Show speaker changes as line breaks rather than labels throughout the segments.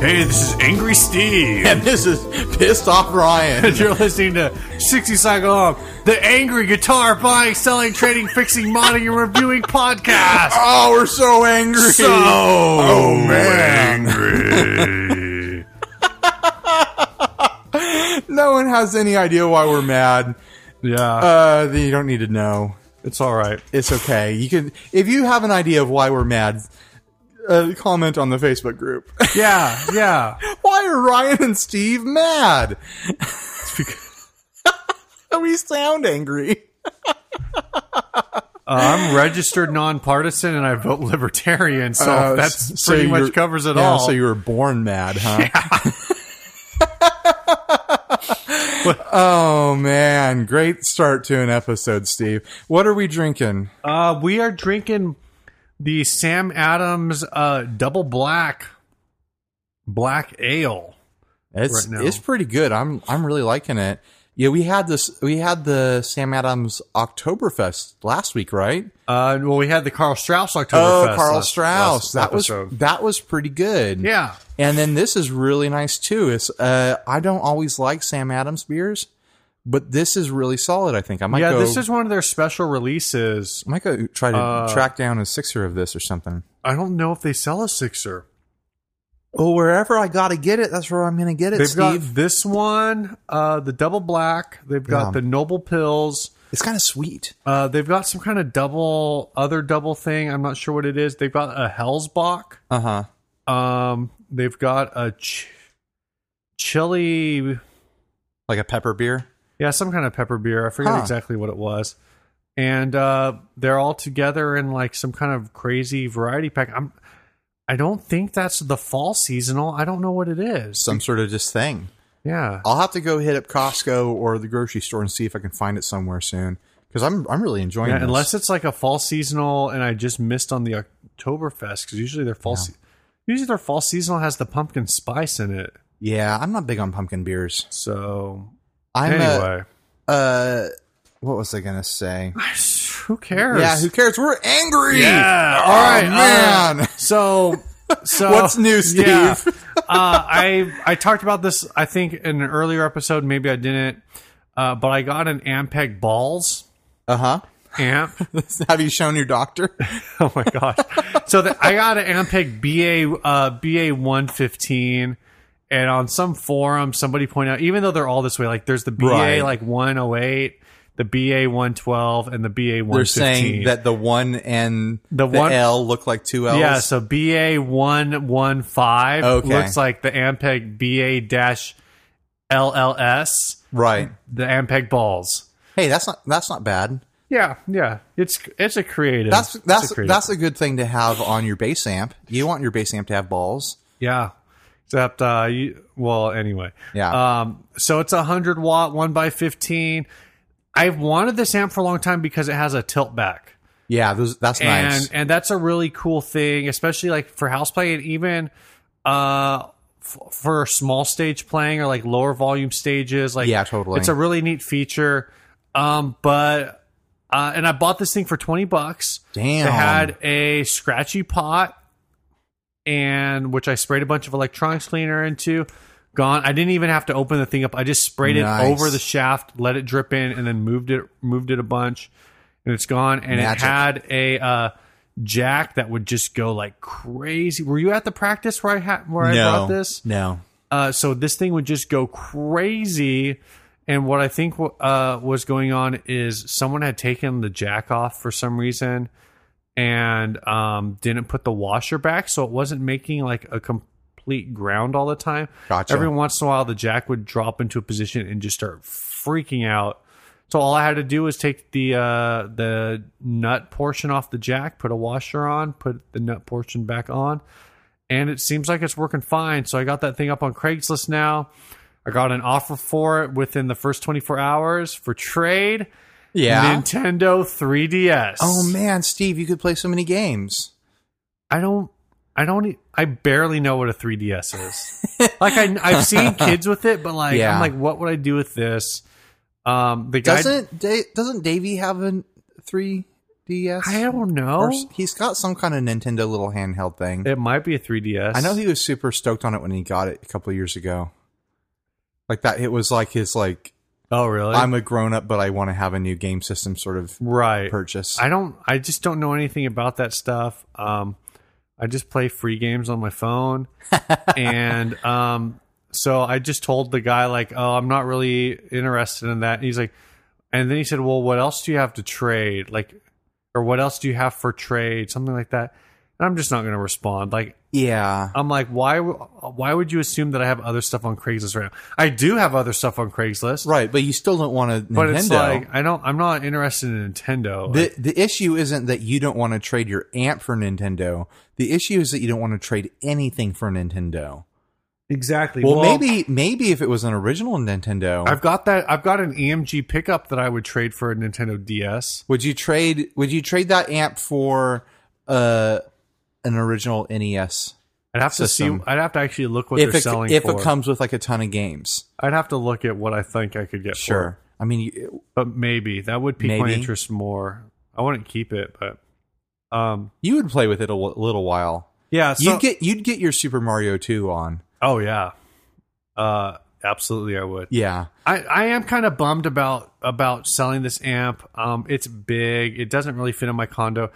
Hey, this is Angry Steve.
And this is Pissed Off Ryan.
And you're listening to 60 Cycle Home, the angry guitar buying, selling, trading, fixing, modding, and reviewing podcast.
Oh, we're so angry.
So
oh, man.
angry.
No one has any idea why we're mad.
yeah.
Uh, you don't need to know.
it's all right.
It's okay. You can, if you have an idea of why we're mad, uh, comment on the Facebook group.
Yeah, yeah.
why are Ryan and Steve mad? we sound angry.
Uh, I'm registered nonpartisan and I vote libertarian, so
Uh,
that's
so
pretty
you're-
much covers it
yeah,
all.
So you were born mad, huh? oh man, great start to an episode, Steve. What are we drinking?
Uh, we are drinking the Sam Adams uh, double black black ale.
It's
Right now.
it's pretty good. I'm I'm really liking it. Yeah, we had this we had the Sam Adams Oktoberfest last week, right?
Uh, well, we had the Carl Strauss Oktoberfest.
Oh, Carl
last- last
Strauss. that was
episode.
that was pretty good.
yeah.
And then this is really nice too. It's uh, I don't always like Sam Adams beers, but this is really solid. I think I might
Yeah,
go.
this is one of their special releases.
I might go try to track down a sixer of this or something.
I don't know if they sell a sixer.
Oh, wherever I gotta get it, that's where I'm gonna get it,
They've
Steve.
got this one, uh, the double black. They've got
Yeah.
the noble pills.
it's kind of sweet.
Uh, they've got some kind of double, other double thing. I'm not sure what it is. They've got a Hellsbach.
Uh huh.
Um, they've got a ch- chili,
Like a pepper beer.
yeah, some kind of pepper beer. I forget
Huh.
exactly what it was. And uh, they're all together in like some kind of crazy variety pack. I'm, I don't think that's the fall seasonal. I don't know what it is.
Some sort of just thing.
yeah,
I'll have to go hit up Costco or the grocery store and see if I can find it somewhere soon. Because I'm I'm really enjoying
yeah.
this.
Unless it's like a fall seasonal, and I just missed on the Oktoberfest because usually their fall, se- usually their fall seasonal has the pumpkin spice in it.
yeah, I'm not big on pumpkin beers.
So
I'm a-
anyway,
uh, what was I gonna say?
who cares?
Yeah, who cares? We're angry.
Yeah.
Oh,
All right,
man.
So, so
What's new, Steve?
yeah. uh, I I talked about this. I think in an earlier episode, maybe I didn't, uh, but I got an Ampeg balls
Uh
Uh-huh.
huh.
amp.
Have you shown your doctor?
oh my gosh! So the, I got an Ampeg BA uh, BA one fifteen. And on some forum, somebody pointed out, even though they're all this way, like there's the BA
Right.
like 108, the BA 112, and the BA 115.
They're saying that the one and
The
the,
one-
L look like two L's.
Yeah, so BA one one five
Okay.
looks like the Ampeg BA dash LLS,
right.
the Ampeg balls.
Hey, that's not that's not bad.
Yeah, yeah, it's it's a creative.
That's
It's
that's
a creative.
that's a good thing to have on your bass amp. You want your bass amp to have balls.
yeah. Except uh, you, well, anyway.
Yeah.
Um, so it's a hundred watt one by fifteen. I've wanted this amp for a long time because it has a tilt back.
Yeah, those, that's
and
nice.
and that's a really cool thing, especially like for house play and even uh f- for small stage playing or like lower volume stages. Like
Yeah, totally.
it's a really neat feature. Um, but uh, and I bought this thing for twenty bucks.
Damn.
It had a scratchy pot, and which I sprayed a bunch of electronics cleaner into. Gone. I didn't even have to open the thing up. I just sprayed
Nice.
it over the shaft, let it drip in, and then moved it moved it a bunch, and it's gone. And
Magic.
it had a uh, jack that would just go like crazy. Were you at the practice where I had where I brought this?
No.
Uh, so this thing would just go crazy. And what I think uh, was going on is someone had taken the jack off for some reason and um, didn't put the washer back. So it wasn't making like a complete ground all the time.
Gotcha.
Every once in a while, the jack would drop into a position and just start freaking out. So all I had to do was take the uh, the nut portion off the jack, put a washer on, put the nut portion back on, and it seems like it's working fine. So I got that thing up on Craigslist now. I got an offer for it within the first 24 hours for trade.
Yeah.
Nintendo 3DS.
oh man, Steve, you could play so many games.
I don't. I don't. e- I barely know what a 3DS is. like I, I've seen kids with it, but like
Yeah.
I'm like, what would I do with this? Um, the guy
Doesn't da- doesn't Davey have a three DS?
I don't
Or
know.
s- he's got some kind of Nintendo little handheld thing.
It might be a 3DS.
I know he was super stoked on it when he got it a couple years ago. Like that, it was like his like
Oh, really?
I'm a grown up, but I want to have a new game system sort of
right.
purchase.
I don't. I just don't know anything about that stuff. Um, I just play free games on my phone, and um, so I just told the guy like, "Oh, I'm not really interested in that." And he's like, and then he said, "Well, what else do you have to trade? Like, or what else do you have for trade? Something like that." And I'm just not going to respond. Like,
yeah,
I'm like, why? w- Why would you assume that I have other stuff on Craigslist right now? I do have other stuff on Craigslist,
right. But you still don't want a Nintendo.
but it's like I don't. I'm not interested in Nintendo.
the the issue isn't that you don't want to trade your amp for Nintendo. The issue is that you don't want to trade anything for Nintendo.
exactly.
Well, maybe maybe if it was an original Nintendo,
I've got that. I've got an AMG pickup that I would trade for a Nintendo DS.
would you trade would you trade that amp for uh an original NES?
I'd have
System.
to see. I'd have to actually look what
if
they're
it,
selling
if
for.
it comes with like a ton of games,
I'd have to look at what I think I could get. for
sure. I mean, you,
it. but maybe that would pique my
Maybe.
interest more. I wouldn't keep it, but um,
you would play with it a w- little while.
yeah. So,
you'd get you'd get your Super Mario two on.
oh yeah, uh, absolutely, I would.
Yeah,
I, I am kind of bummed about about selling this amp. Um, it's big. It doesn't really fit in my condo.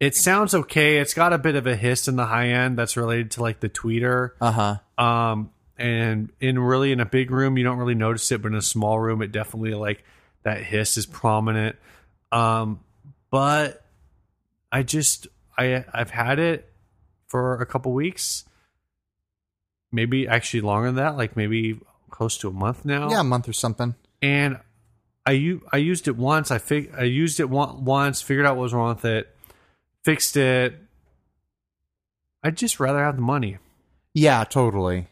It sounds okay. It's got a bit of a hiss in the high end that's related to like the tweeter.
uh huh.
um and in really in a big room you don't really notice it but in a small room it definitely like that hiss is prominent um but i just i i've had it for a couple weeks maybe actually longer than that like maybe close to a month now
Yeah, a month or something.
and I u- I used it once. I fig- I used it on- once, figured out what was wrong with it, fixed it. I'd just rather have the money.
Yeah, totally.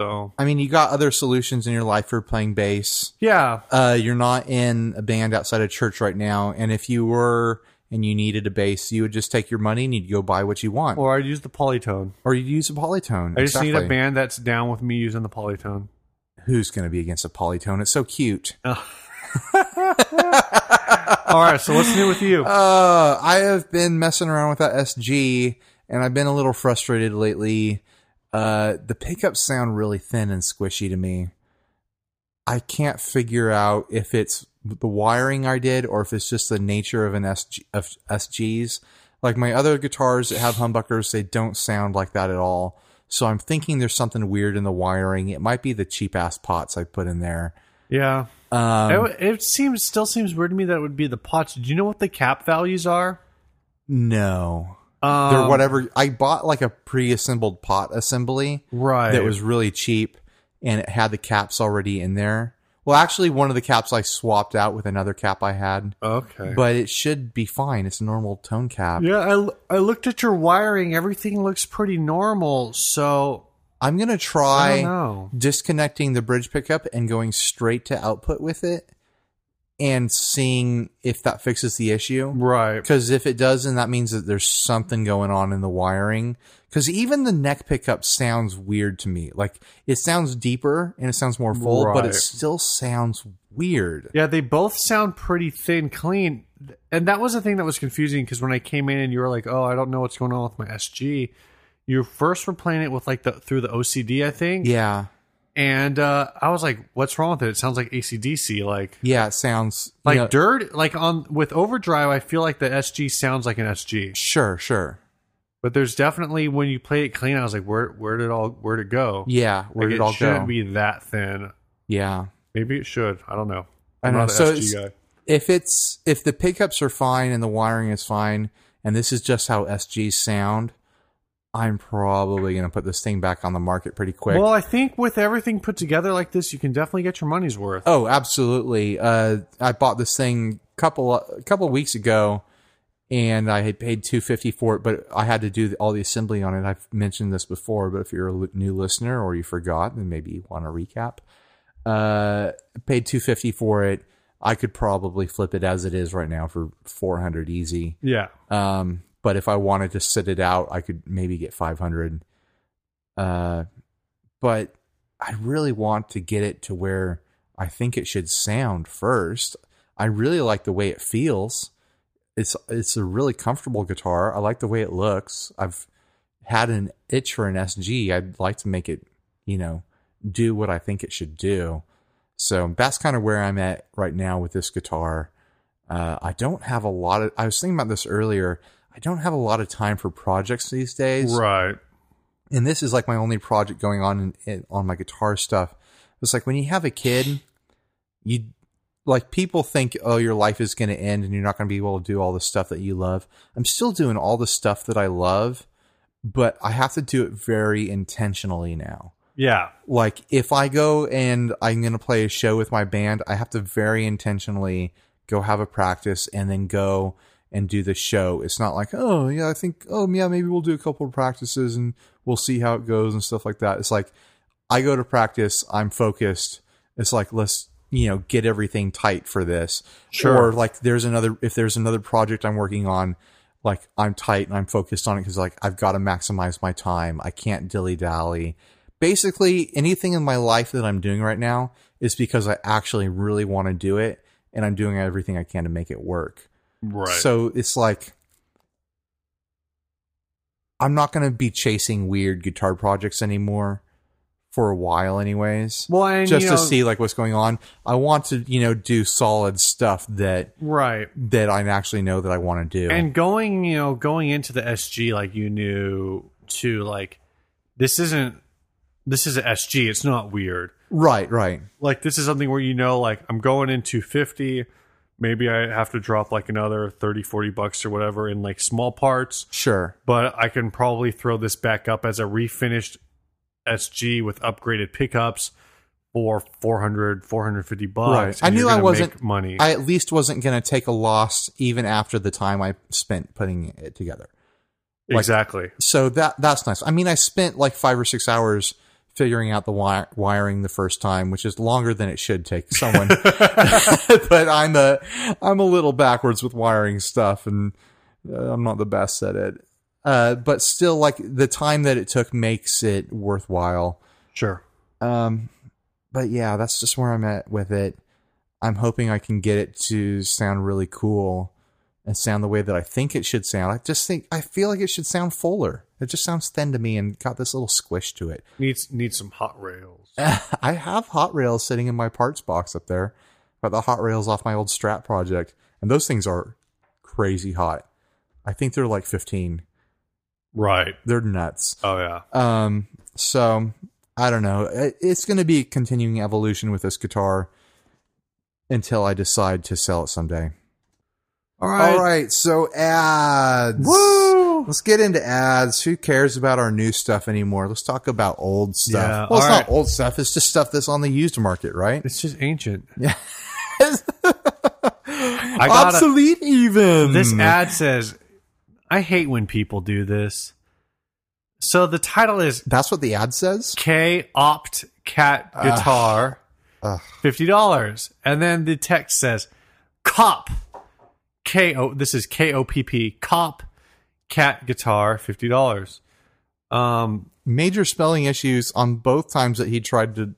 So
I mean, you got other solutions in your life for playing bass.
yeah,
Uh, you're not in a band outside of church right now, and if you were and you needed a bass, you would just take your money and you'd go buy what you want, or,
Or I'd use the polytone.
you'd use a polytone.
I just need a
Exactly.
band that's down with me using the polytone.
Who's going to be against a polytone? It's so cute.
All right, so what's new with you?
Uh, I have been messing around with that SG, and I've been a little frustrated lately. Uh, the pickups sound really thin and squishy to me. I can't figure out if it's the wiring I did or if it's just the nature of an SG of SGs. Like my other guitars that have humbuckers, they don't sound like that at all. So I'm thinking there's something weird in the wiring. It might be the cheap ass pots I put in there.
yeah,
Um,
it, w- it seems still seems weird to me that it would be the pots. Do you know what the cap values are?
no.
Um,
They're whatever. I bought like a pre-assembled pot assembly
Right.
that was really cheap, and it had the caps already in there. Well, actually, one of the caps I swapped out with another cap I had,
okay.
but it should be fine. It's a normal tone cap.
yeah, I, l- I looked at your wiring. Everything looks pretty normal. So
I'm gonna
I don't
try
know.
disconnecting the bridge pickup and going straight to output with it, and seeing if that fixes the issue.
Right.
Because if it does, then that means that there's something going on in the wiring. Because even the neck pickup sounds weird to me. Like it sounds deeper and it sounds more full, but
Right.
it still sounds weird.
Yeah, they both sound pretty thin, clean. And that was the thing that was confusing because when I came in and you were like, "Oh, I don't know what's going on with my SG," you first were playing it with like the through the OCD, I think.
Yeah.
and uh, I was like, "What's wrong with it? It sounds like ACDC, like
Yeah. It sounds you
like
know,
dirt, like on with overdrive. I feel like the SG sounds like an SG,
Sure. Sure.
but there's definitely when you play it clean. I was like, where where did all where would it go?
Yeah. Where
Like,
did it all
shouldn't
go?
be that thin.
yeah.
Maybe it should. I don't know.
I
I'm
know.
not
So
an SG
it's-
guy.
If it's if the pickups are fine and the wiring is fine, and this is just how SGs sound, I'm probably gonna put this thing back on the market pretty quick.
Well, I think with everything put together like this, you can definitely get your money's worth.
Oh, absolutely. Uh, I bought this thing couple a couple weeks ago, and I had paid two fifty for it, but I had to do all the assembly on it. I've mentioned this before, but if you're a l- new listener or you forgot, then maybe you want to recap. Uh, paid two fifty for it. I could probably flip it as it is right now for four hundred easy.
Yeah,
Um, but if I wanted to sit it out, I could maybe get 500. Uh, but I really want to get it to where I think it should sound first. I really like the way it feels. It's it's a really comfortable guitar. I like the way it looks. I've had an itch for an SG. I'd like to make it, you know, do what I think it should do. So that's kind of where I'm at right now with this guitar. Uh, I don't have a lot of. I was thinking about this earlier. I don't have a lot of time for projects these days,
Right.
and this is like my only project going on in, in, on my guitar stuff. It's like when you have a kid, you like people think, oh, your life is going to end and you're not going to be able to do all the stuff that you love. I'm still doing all the stuff that I love, but I have to do it very intentionally now
Yeah.
like if I go and I'm going to play a show with my band, I have to very intentionally go have a practice and then go and do the show. It's not like, oh, yeah, I think, oh, yeah, maybe we'll do a couple of practices and we'll see how it goes and stuff like that. It's like I go to practice, I'm focused. It's like, let's, you know, get everything tight for this.
Sure.
Or like there's another, if there's another project I'm working on, like I'm tight and I'm focused on it because like I've got to maximize my time. I can't dilly dally. Basically, anything in my life that I'm doing right now is because I actually really want to do it and I'm doing everything I can to make it work.
Right.
So it's like I'm not going to be chasing weird guitar projects anymore for a while anyways.
well, and,
just
you know,
to see like what's going on. I want to, you know, do solid stuff that
Right.
that I actually know that I want to do.
And going, you know, going into the SG like you knew to like this isn't this is a SG. It's not weird.
right, right.
Like this is something where you know like I'm going into 50, maybe I have to drop like another 30 40 bucks or whatever in like small parts,
Sure.
but I can probably throw this back up as a refinished SG with upgraded pickups for 400 450 bucks.
Right. I
and
knew
you're
I
gonna
wasn't-
make money.
I at least wasn't going to take a loss even after the time I spent putting it together. like-
exactly.
So that that's nice. I mean, I spent like 5 or 6 hours figuring out the wi- wiring the first time, which is longer than it should take someone. but I'm a I'm a little backwards with wiring stuff and uh, I'm not the best at it. Uh, but still like the time that it took makes it worthwhile.
Sure.
Um, but yeah, that's just where I'm at with it. I'm hoping I can get it to sound really cool and sound the way that I think it should sound. I just think I feel like it should sound fuller. It just sounds thin to me and got this little squish to it.
Needs needs some hot rails.
I have hot rails sitting in my parts box up there. Got the hot rails off my old Strat project, and those things are crazy hot. I think they're like 15.
Right.
They're nuts.
Oh yeah.
Um, so I don't know. It- It's going to be a continuing evolution with this guitar until I decide to sell it someday.
All
All right. So ads.
Woo!
Let's get into ads. Who cares about our new stuff anymore? Let's talk about old stuff.
Yeah,
well, it's
all
not
right.
old stuff. It's just stuff that's on the used market, right?
It's just ancient.
I
gotta-
Obsolete, even.
This ad says, I hate when people do this. So the title is
That's what the ad says.
K Opt Cat Guitar,
Ugh.
$50. And then the text says, Cop, K O, this is K O P P, Cop Cat Guitar, $50. Um,
major spelling issues on both times that he tried to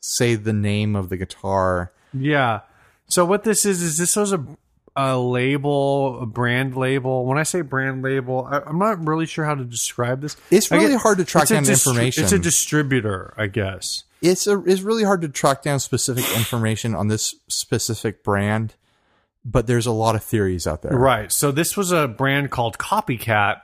say the name of the guitar.
Yeah. So what this is is this was a a label, a brand label. When I say brand label, I, I'm not really sure how to describe this.
It's
I
really hard to track
it's a
down
distri-
information.
It's a distributor, I guess.
It's a, it's really hard to track down specific information on this specific brand, but there's a lot of theories out there.
Right. So this was a brand called Copycat.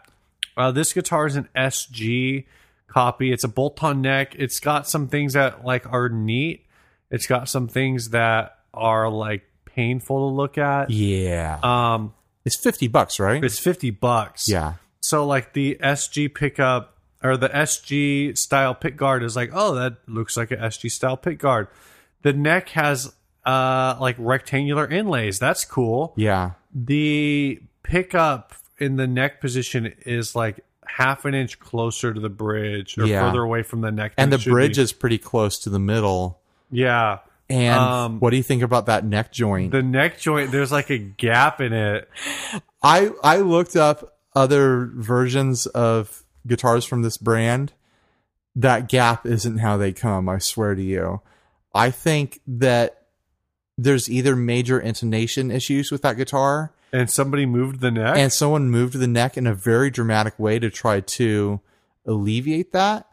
Uh, this guitar is an SG copy. It's a bolt-on neck. It's got some things that like are neat. It's got some things that are like painful to look at.
Yeah.
Um,
it's 50 bucks, right?
it's fifty bucks.
yeah.
so like the SG pickup or the SG style pick guard is like, oh, that looks like an SG style pick guard. The neck has uh like rectangular inlays. That's cool.
Yeah.
The pickup in the neck position is like half an inch closer to the bridge or
Yeah.
further away from the neck.
And the bridge
is
is pretty close to the middle.
yeah.
And
Um,
what do you think about that neck joint?
The neck joint, there's like a gap in it.
I I looked up other versions of guitars from this brand. That gap isn't how they come, I swear to you. I think that there's either major intonation issues with that guitar
And somebody moved the neck.
and someone moved the neck in a very dramatic way to try to alleviate that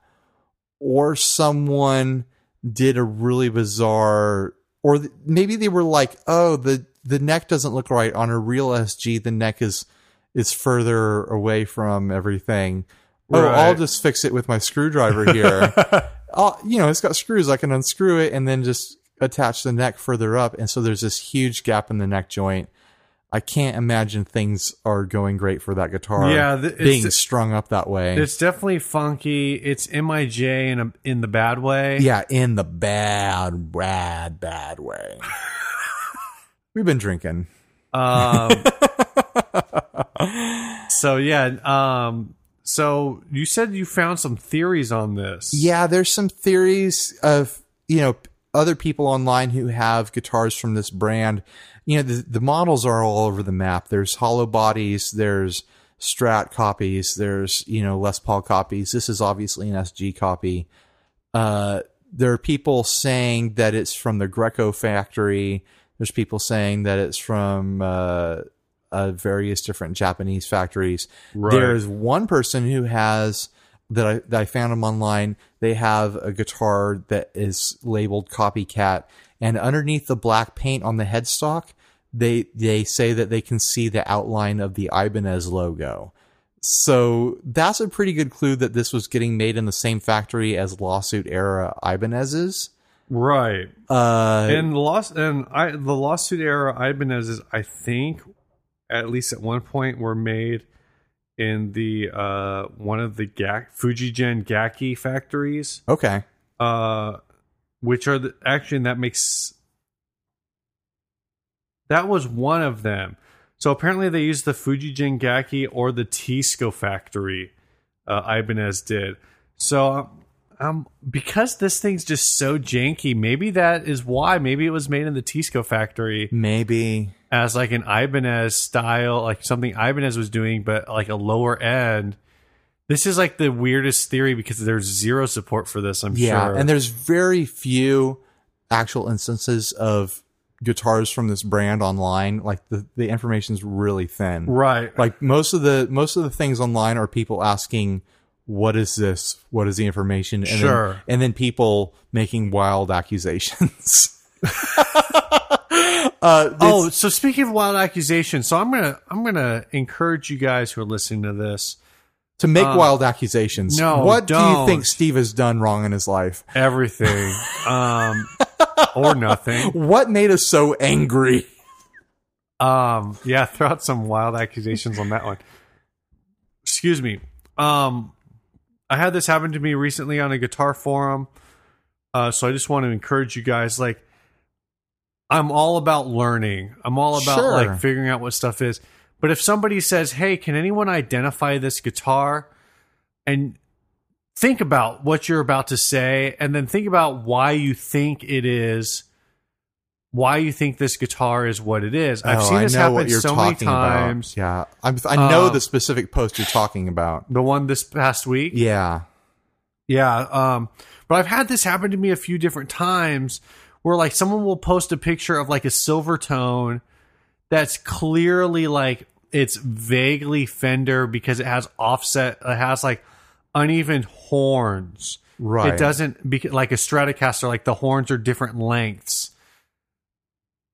or someone did a really bizarre or th- maybe they were like oh the the neck doesn't look right on a real sg the neck is is further away from everything oh i'll
Right.
just fix it with my screwdriver here I'll, you know it's got screws i can unscrew it and then just attach the neck further up and so there's this huge gap in the neck joint i can't imagine things are going great for that guitar
Yeah, th- it's-
being strung up that way
it's definitely funky. It's Mij in a, in the bad way.
Yeah, in the bad, bad, bad way. We've been drinking.
Um, so yeah. Um, so you said you found some theories on this.
Yeah, there's some theories of, you know, p- other people online who have guitars from this brand. You know, the, the models are all over the map. There's hollow bodies, there's Strat copies, there's, you know, Les Paul copies. This is obviously an SG copy. Uh, there are people saying that it's from the Greco factory. There's people saying that it's from uh, uh, various different Japanese factories.
Right.
There is one person who has that I that I found them online. They have a guitar that is labeled copycat, and underneath the black paint on the headstock, they they say that they can see the outline of the Ibanez logo. So that's a pretty good clue that this was getting made in the same factory as lawsuit era Ibanez's.
Right.
Uh,
and the loss and I the lawsuit era Ibanez's I think at least at one point were made in the uh one of the Gak Fujigen Gaki E factories
okay,
uh which are the actually and that makes that was one of them so apparently they used the Fujigen Gaki or the Tisco factory uh, Ibanez did so um because this thing's just so janky maybe that is why maybe it was made in the Tisco factory
maybe
as like an Ibanez style, like something Ibanez was doing, but like a lower end. This is like the weirdest theory because there's zero support for this. I'm
yeah.
sure.
And there's very few actual instances of guitars from this brand online. Like the the information's really thin.
right,
Like most of the most of the things online are people asking, "What is this? What is the information?" And Then,
Sure.
and then people making wild accusations. uh, it's-
Oh, so speaking of wild accusations, so I'm gonna I'm gonna encourage you guys who are listening to this
to make wild accusations.
uh, no,
what do you
don't.
think Steve has done wrong in his life?
everything, um, or nothing.
What made us so angry?
Um, yeah, throw out some wild accusations on that one. Excuse me. Um, I had this happen to me recently on a guitar forum. Uh, so I just want to encourage you guys. Like, I'm all about learning. I'm all about
Sure.
like figuring out what stuff is. But if somebody says, "Hey, can anyone identify this guitar?" and think about what you're about to say, and then think about why you think it is, why you think this guitar is what it is. I've
Oh,
seen
I
this
know
happen
what you're
so many
talking
times.
about. Yeah, I'm, I know
Um,
the specific post you're talking about.
The one this past week,
Yeah,
Yeah. Um, but I've had this happen to me a few different times where like someone will post a picture of like a silver tone that's clearly like it's vaguely Fender because it has offset, it has like uneven horns.
right.
It doesn't bec like a Stratocaster, like the horns are different lengths.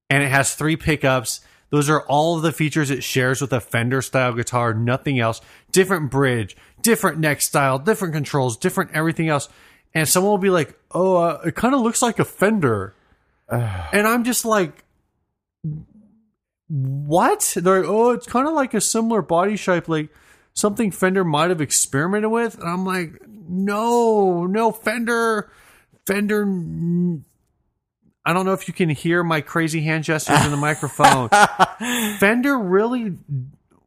And it has three pickups. Those are all of the features it shares with a Fender style guitar, nothing else. Different bridge, different neck style, different controls, different everything else. And someone will be like, oh, uh, it kind of looks like a Fender. and I'm just like, what? They're like, oh, it's kind of like a similar body shape, like something Fender might have experimented with. And I'm like, no, no, Fender, Fender. n- I don't know if you can hear my crazy hand gestures in the microphone. Fender really,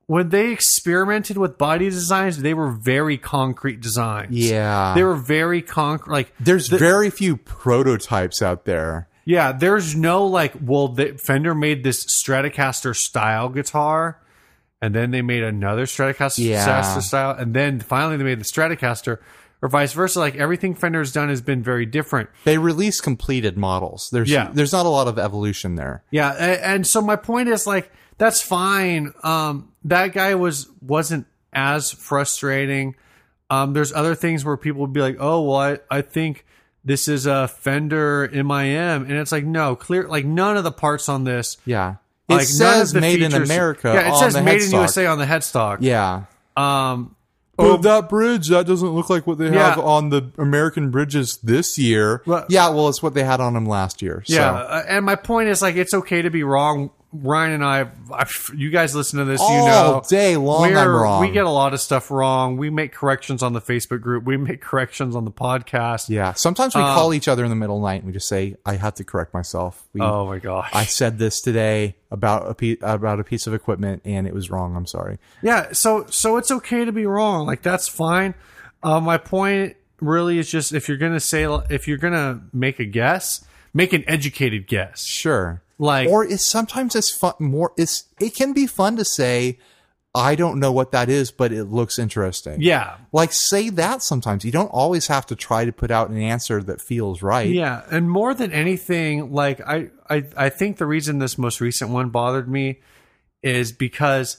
when they experimented with body designs, they were very concrete designs.
Yeah,
They were very concrete. Like,
there's very few prototypes out there.
yeah, there's no like, well, the, Fender made this Stratocaster style guitar, and then they made another Stratocaster
Yeah.
Stratocaster style, and then finally they made the Stratocaster, or vice versa. Like everything Fender's done has been very different.
They release completed models. There's
Yeah.
there's not a lot of evolution there.
Yeah, a- and so my point is like that's fine. Um, that guy was wasn't as frustrating. Um, there's other things where people would be like, "Oh, well, I, I think this is a Fender MIM," and it's like, no, clear, like none of the parts on this.
Yeah. It
Like, none
says
of the
made in
features-
America.
Yeah, it
on
says
the
made in
headstock.
USA on the headstock.
Yeah.
Um,
But that bridge, that doesn't look like what they
Yeah.
have on the American bridges this year.
Well-
yeah, well, it's what they had on them last year. So.
Yeah, uh, and my point is like it's okay to be wrong. Ryan and I, I you guys listen to this,
All
you know,
day long I'm
we're-
wrong.
We get a lot of stuff wrong. We make corrections on the Facebook group. We make corrections on the podcast.
Yeah. Sometimes we call
Um,
each other in the middle of the night and we just say, I have to correct myself. We,
Oh my gosh.
I said this today about a, pe- about a piece of equipment and it was wrong. I'm sorry.
yeah. So so it's okay to be wrong. Like that's fine. Uh, my point really is just if you're gonna say if you're gonna make a guess, make an educated guess.
Sure.
Like
or it's sometimes it's fun more it's it can be fun to say i don't know what that is but it looks interesting
yeah,
like say that sometimes you don't always have to try to put out an answer that feels right
Yeah, and more than anything, like I, I, I think the reason this most recent one bothered me is because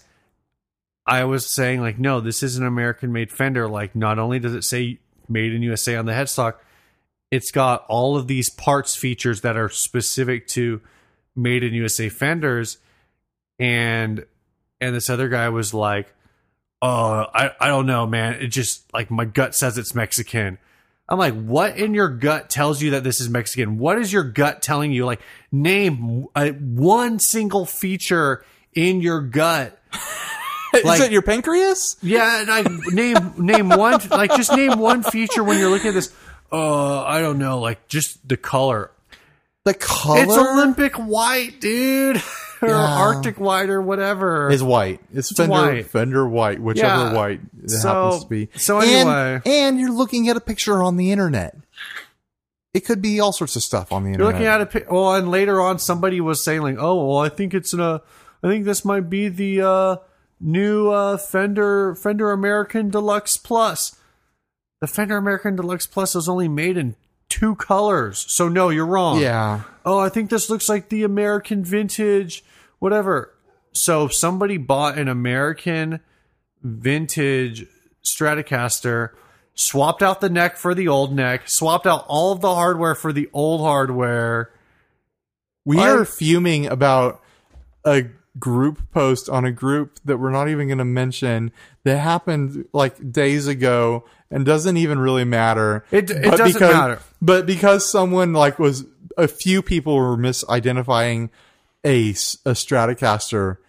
I was saying like, no, this is an American-made fender. Like, not only does it say "Made in USA" on the headstock, it's got all of these parts features that are specific to made in USA fenders, and and this other guy was like, oh, I, I don't know, man. It just like my gut says it's Mexican. I'm like, what in your gut tells you that this is Mexican? What is your gut telling you? Like, name uh one single feature in your gut.
is
Like-
it your pancreas
Yeah, and I name name one like just name one feature when you're looking at this. Uh, I don't know, like just the color.
the color
It's Olympic white, dude, or Arctic white, or whatever.
is white. It's Fender
white.
Fender white, whichever
Yeah.
white it
So-
happens to be.
so
And-
anyway.
and, you're looking at a picture on the internet. It could be all sorts of stuff on the
You're
internet.
looking at a pic. Well, and later on, somebody was saying like, "Oh, well, I think it's in a. I think this might be the uh, new uh, Fender Fender American Deluxe Plus. The Fender American Deluxe Plus was only made in two colors, so no, you're wrong.
yeah.
Oh, I think this looks like the American Vintage, whatever. So somebody bought an American Vintage Stratocaster. Swapped out the neck for the old neck, swapped out all of the hardware for the old hardware.
We
I-
are fuming about a group post on a group that we're not even going to mention that happened like days ago and doesn't even really matter.
It- it
But
doesn't matter.
But because someone like was a few people were misidentifying a, s- a Stratocaster,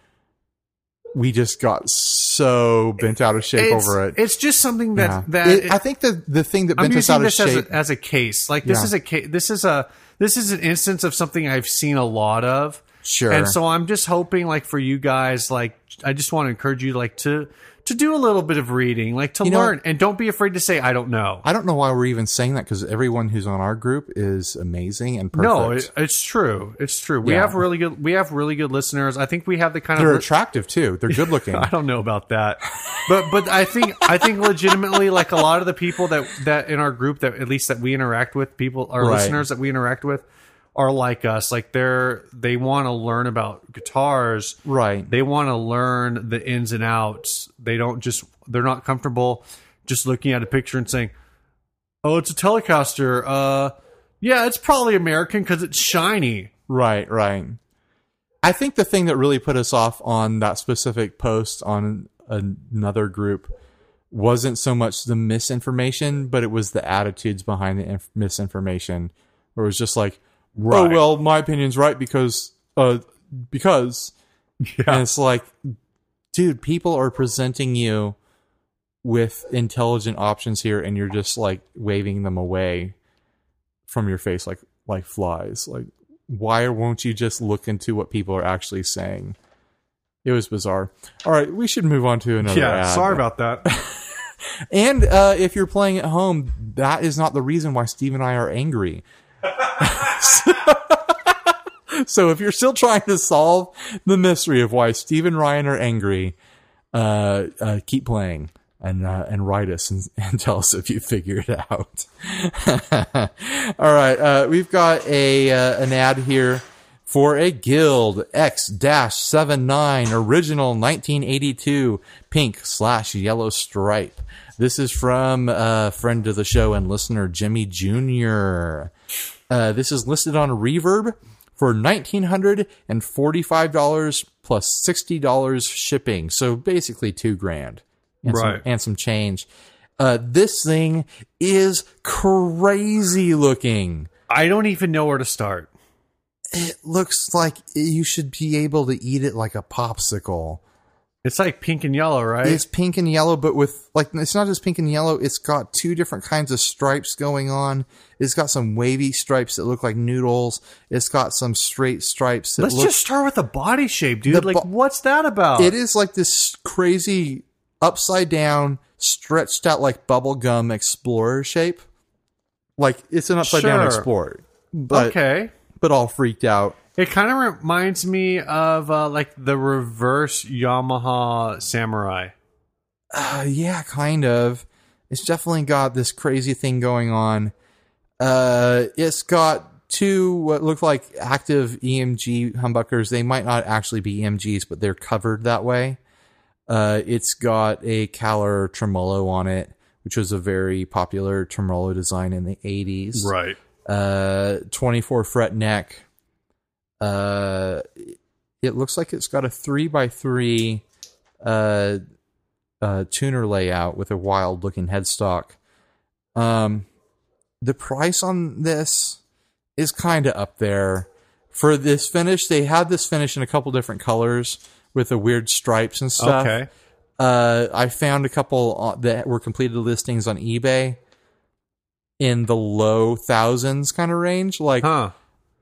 we just got so bent out of shape
it's,
over it.
It's just something that
Yeah.
that
It- I think the the thing that
I'm
bent us
using
out of
this as
shape.
a, as a case. Like this
Yeah.
is a case. This is a this is an instance of something I've seen a lot of.
Sure.
And so I'm just hoping, like for you guys, like I just want to encourage you, like to to do a little bit of reading, like to
You know
learn, and don't be afraid to say I don't know.
I don't know why we're even saying that because everyone who's on our group is amazing and perfect.
no, it, it's true. It's true. We
Yeah.
have really good. We have really good listeners. I think we have the kind
They're
of.
attractive too. They're good looking.
I don't know about that, but but I think I think legitimately like a lot of the people that that in our group that at least that we interact with people our
Right.
listeners that we interact with are like us like they're they want to learn about guitars
right.
they want to learn the ins and outs they don't just they're not comfortable just looking at a picture and saying oh it's a Telecaster uh yeah it's probably American because it's shiny
Right, right. I think the thing that really put us off on that specific post on another group wasn't so much the misinformation, but it was the attitudes behind the inf- misinformation. Where it was just like, oh
Right.
well, my opinion's right because uh because and it's like, dude, people are presenting you with intelligent options here, and you're just like waving them away from your face like like flies. Like, why won't you just look into what people are actually saying? It was bizarre. All right, we should move on to another.
yeah
ad.
sorry about that
And uh, if you're playing at home, that is not the reason why Steve and I are angry. so if you're still trying to solve the mystery of why Steve and Ryan are angry, uh, uh, keep playing and uh, and write us and, and tell us if you figure it out. All right, uh, we've got a uh, an ad here for a Guild X 79 original 1982 pink slash yellow stripe. This is from uh, friend of the show and listener Jimmy Jr. Uh, this is listed on Reverb for $1,945 plus $60 shipping. So basically two grand and,
Right.
some, and some change. Uh, this thing is crazy looking
I don't even know where to start.
it looks like you should be able to eat it like a popsicle.
It's like pink and yellow, right?
It's pink and yellow, but with like it's not just pink and yellow. It's got two different kinds of stripes going on. It's got some wavy stripes that look like noodles. It's got some straight stripes that
Let's
look.
just start with the body shape, dude.
The
like,
bo-
what's that about?
it is like this crazy upside down, stretched out like bubblegum explorer shape. Like it's an upside down
Sure.
explorer, but
okay.
but all freaked out.
It kind of reminds me of uh, like the reverse Yamaha Samurai.
Uh, yeah, kind of. It's definitely got this crazy thing going on. Uh, it's got two what look like active EMG humbuckers. They might not actually be EMGs, but they're covered that way. Uh, it's got a Caller tremolo on it, which was a very popular tremolo design in the 80s
Right.
uh 24 fret neck uh it looks like it's got a 3 by 3 uh uh tuner layout with a wild looking headstock um the price on this is kind of up there for this finish they had this finish in a couple different colors with the weird stripes and stuff
Okay.
uh, I found a couple on- that were completed listings on eBay in the low thousands kind of range, like
Huh.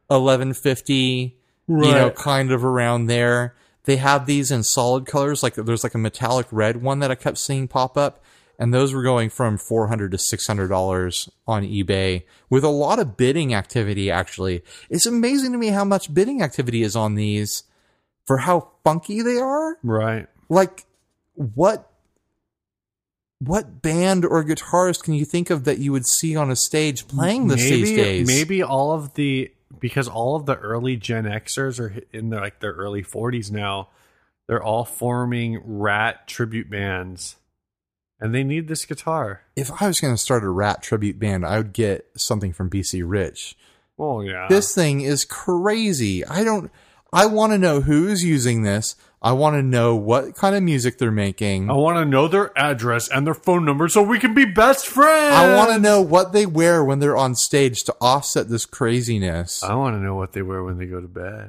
eleven fifty, you know,
Right.
kind of around there. They have these in solid colors, like there's like a metallic red one that I kept seeing pop up, and those were going from four hundred to six hundred dollars on eBay with a lot of bidding activity. Actually, it's amazing to me how much bidding activity is on these for how funky they are
Right.
like what what band or guitarist can you think of that you would see on a stage playing this
maybe,
these days?
Maybe all of the because all of the early Gen Xers are in their like their early 40s now. They're all forming rat tribute bands, and they need this guitar.
If I was going to start a rat tribute band, I would get something from BC Rich.
Oh yeah.
This thing is crazy. I don't. I want to know who's using this. I want to know what kind of music they're making.
I want to know their address and their phone number so we can be best friends.
I want to know what they wear when they're on stage to offset this craziness.
I want to know what they wear when they go to bed.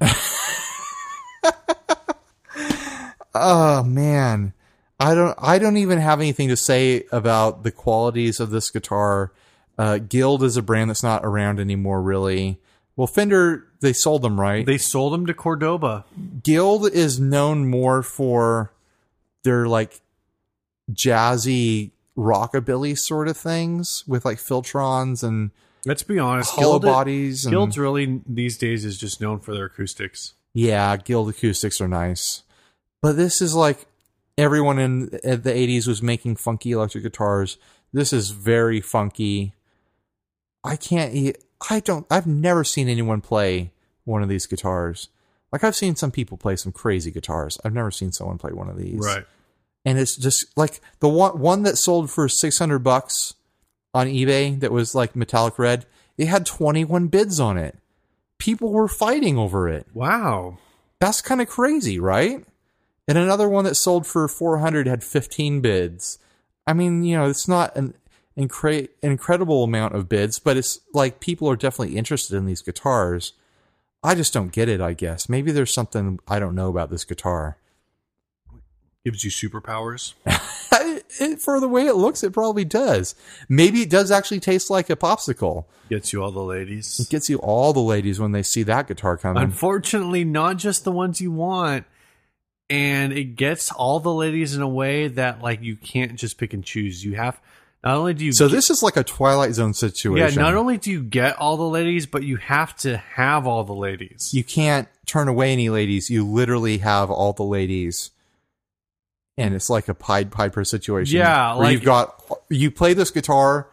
Oh man, I don't. I don't even have anything to say about the qualities of this guitar. Uh, Guild is a brand that's not around anymore, really. Well, Fender they sold them, right?
they sold them to Cordoba.
Guild is known more for their like jazzy rockabilly sort of things with like filtrons and
Let's be honest.
hollow
Gilded-
bodies. and-
Guilds really these days is just known for their acoustics.
Yeah, Guild acoustics are nice. But this is like everyone in the 80s was making funky electric guitars. This is very funky. I can't e- I don't I've never seen anyone play one of these guitars. Like I've seen some people play some crazy guitars. I've never seen someone play one of these and it's just like the one one that sold for 600 bucks on eBay that was like metallic red it had 21 bids on it people were fighting over it
Wow.
that's kind of crazy right and another one that sold for 400 had 15 bids i mean you know it's not an incre- incredible amount of bids but it's like people are definitely interested in these guitars i just don't get it i guess maybe there's something i don't know about this guitar
Gives you superpowers.
I- it, for the way it looks, it probably does. Maybe it does actually taste like a popsicle.
Gets you all the ladies.
Gets you all the ladies when they see that guitar coming.
Unfortunately, not just the ones you want. And it gets all the ladies in a way that like you can't just pick and choose. You have not only do you
so this is like a Twilight Zone
yeah,
situation.
not only do you get all the ladies, but you have to have all the ladies.
you can't turn away any ladies. You literally have all the ladies, and it's like a Pied Piper situation.
Yeah,
where
like-
you've got you play this guitar,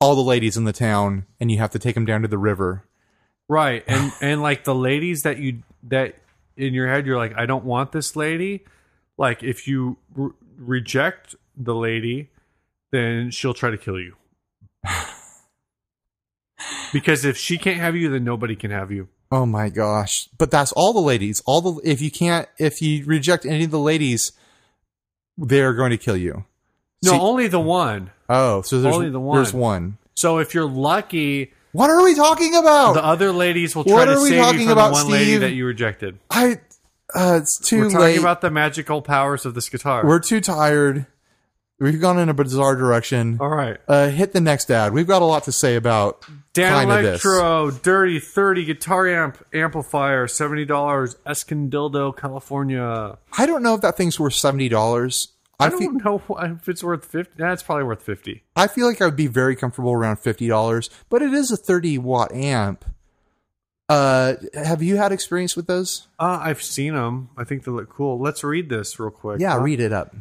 all the ladies in the town, and you have to take them down to the river
Right. And and like the ladies that you that in your head you're like I don't want this lady. Like if you re- reject the lady, then she'll try to kill you. because if she can't have you, then nobody can have you.
Oh my gosh. But that's all the ladies. All the if you can't if you reject any of the ladies, they're going to kill you.
No,
See-
only the one.
Oh, so there's
Only the one.
there's one.
So if you're lucky,
What are we talking about?
the other ladies will try
Oh. What
to
are we
save
talking
you from
about,
the one lady
Steve?
that you rejected.
I uh, it's too
We're talking
late.
about the magical powers of this guitar.
We're too tired. We've gone in a bizarre direction.
All right.
Uh, hit the next ad. We've got a lot to say about
Dan
kind of this.
Electro, Dirty 30 guitar amp amplifier, $70, Escondildo, California.
I don't know if that thing's worth seventy dollars.
I
I feel
don't know if it's worth 50. That's probably worth 50.
I feel like I would be very comfortable around fifty dollars, but it is a thirty watt amp. Uh, have you had experience with those?
Uh, I've seen them. I think they look cool. Let's read this real quick.
Yeah, read it up.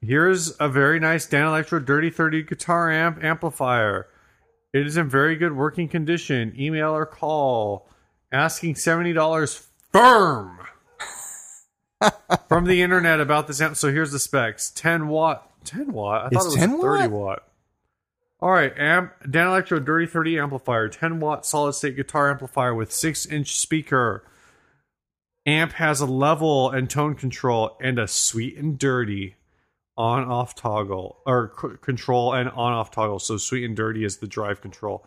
Here's a very nice Dan Electro Dirty 30 guitar amp amplifier. It is in very good working condition. Email or call. Asking $70 firm from the internet about this amp. So here's the specs 10 watt. 10 watt? I
It's
thought it
10
was
watt?
30 watt. All right, amp, Dan Electro Dirty 30 amplifier, 10 watt solid state guitar amplifier with 6 inch speaker. Amp has a level and tone control and a sweet and dirty on off toggle or c- control and on off toggle. So sweet and dirty is the drive control.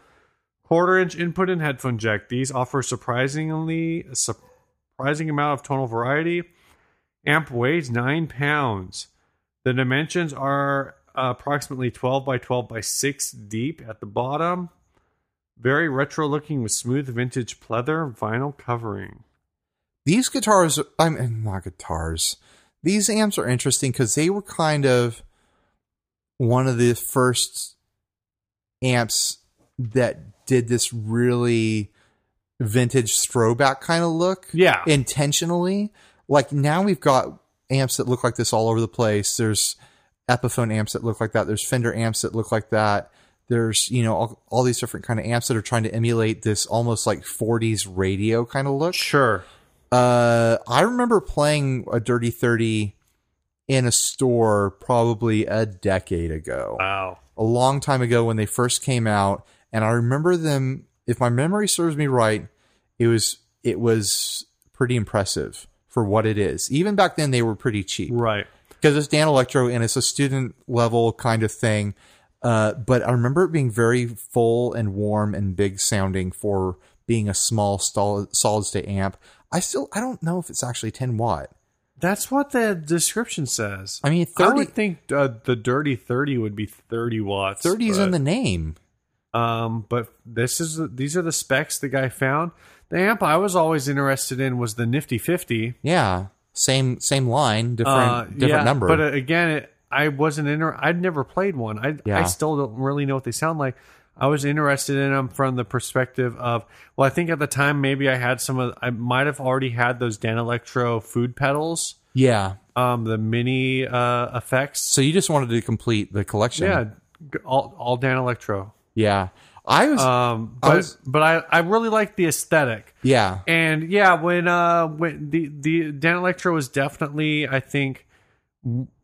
Quarter inch input and headphone jack. These offer surprisingly a surprising amount of tonal variety. Amp weighs nine pounds. The dimensions are uh, approximately 12 by 12 by 6 deep at the bottom. Very retro looking with smooth vintage pleather vinyl covering.
These guitars, I mean, not guitars. These amps are interesting because they were kind of one of the first amps that did this really vintage throwback kind of look.
Yeah.
intentionally. Like now we've got amps that look like this all over the place. There's Epiphone amps that look like that. There's Fender amps that look like that. There's you know all, all these different kind of amps that are trying to emulate this almost like 40s radio kind of look.
sure.
Uh, I remember playing a Dirty Thirty in a store probably a decade ago
Wow.
a long time ago when they first came out, and I remember them. If my memory serves me right, it was it was pretty impressive for what it is. Even back then, they were pretty cheap
Right.
because it's Dan Electro and it's a student level kind of thing. Uh, but I remember it being very full and warm and big sounding for being a small solid, solid state amp. I still I don't know if it's actually 10 watt.
That's what the description says.
I mean,
I
30,
would think uh, the dirty 30 would be 30 watts.
30 is
but-
in the name.
Um, but this is these are the specs the guy found. The amp I was always interested in was the Nifty 50.
Yeah, same same line, different
Uh,
different
yeah,
number.
But uh, again, it, I wasn't inter- I'd never played one. I I
Yeah.
still don't really know what they sound like. I was interested in them from the perspective of well, I think at the time maybe I had some of I might have already had those Dan Electro food pedals,
yeah,
um, the mini uh, effects.
So you just wanted to complete the collection.
Yeah, g- all all Dan Electro.
Yeah. I was
Um,
I
but
was-
but I I really liked the aesthetic.
yeah.
And yeah, when uh when the the Dan Electro was definitely I think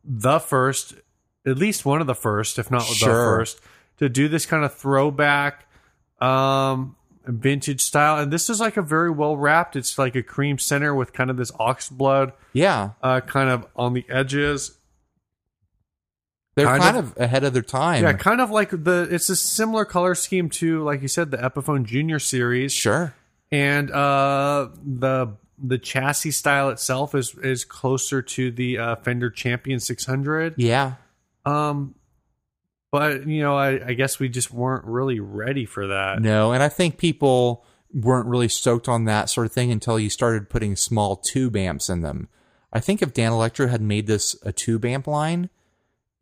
the first, at least one of the first, if not the
Sure.
first, to do this kind of throwback um vintage style. And this is like a very well wrapped. It's like a cream center with kind of this ox blood
Yeah.
uh kind of on the edges.
They're
Kind
kind, of, ahead of their time.
Yeah, kind of like the it's a similar color scheme to like you said the Epiphone Junior series.
sure.
and uh, the the chassis style itself is is closer to the uh, Fender Champion 600.
Yeah.
Um, but you know, I, I guess we just weren't really ready for that.
No, and I think people weren't really stoked on that sort of thing until you started putting small tube amps in them. I think if Dan Electro had made this a tube amp line,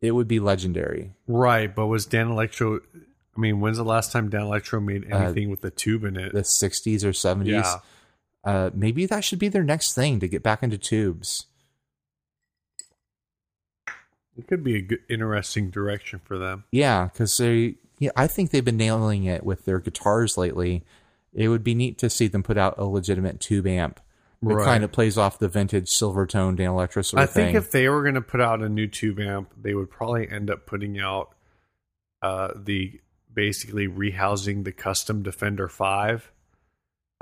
it would be legendary.
Right, but was Dan Electro? I mean, when's the last time Dan Electro made anything with a tube in it?
Uh, The 60s or 70s.
Yeah.
Uh, maybe that should be their next thing to get back into tubes.
It could be a good, interesting direction for them.
Yeah, because they, yeah, I think they've been nailing it with their guitars lately, It would be neat to see them put out a legitimate tube amp that
Right.
kind of plays off the vintage silver tone Dan Electro sort
I
of
think
thing.
if they were going to put out a new tube amp, they would probably end up putting out uh, the basically rehousing the custom Defender 5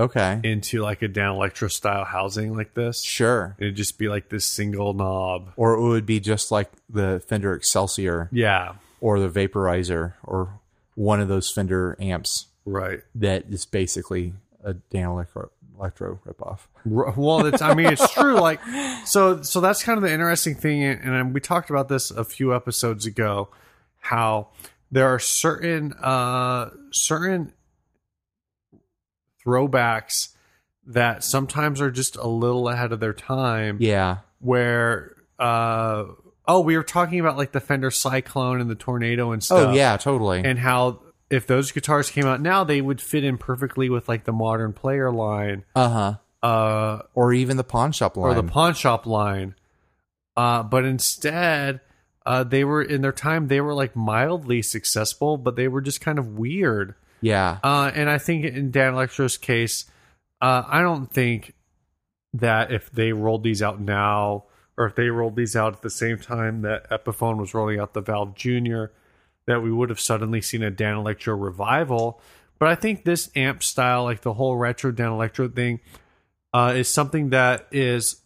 okay,
into like a down electro style housing like this.
sure.
It'd just be like this single knob.
Or it would be just like the Fender Excelsior
Yeah,
or the Vaporizer or one of those Fender amps
right.
that is basically a Dan Electro, Electro ripoff.
R- Well, it's I mean it's true. Like so so that's kind of the interesting thing, and and we talked about this a few episodes ago. How there are certain uh certain throwbacks that sometimes are just a little ahead of their time.
Yeah.
Where uh oh, we were talking about like the Fender Cyclone and the Tornado and stuff.
Oh, yeah, totally.
and how if those guitars came out now, they would fit in perfectly with like the modern player line.
Uh huh.
Uh
Or even the pawn shop line.
or the pawn shop line. Uh, but instead, uh, they were in their time they were like mildly successful, but they were just kind of weird.
yeah.
Uh, and I think in Dan Electro's case, uh, I don't think that if they rolled these out now, or if they rolled these out at the same time that Epiphone was rolling out the Valve Junior, that we would have suddenly seen a Dan Electro revival. But I think this amp style, like the whole retro Dan Electro thing, uh, is something that is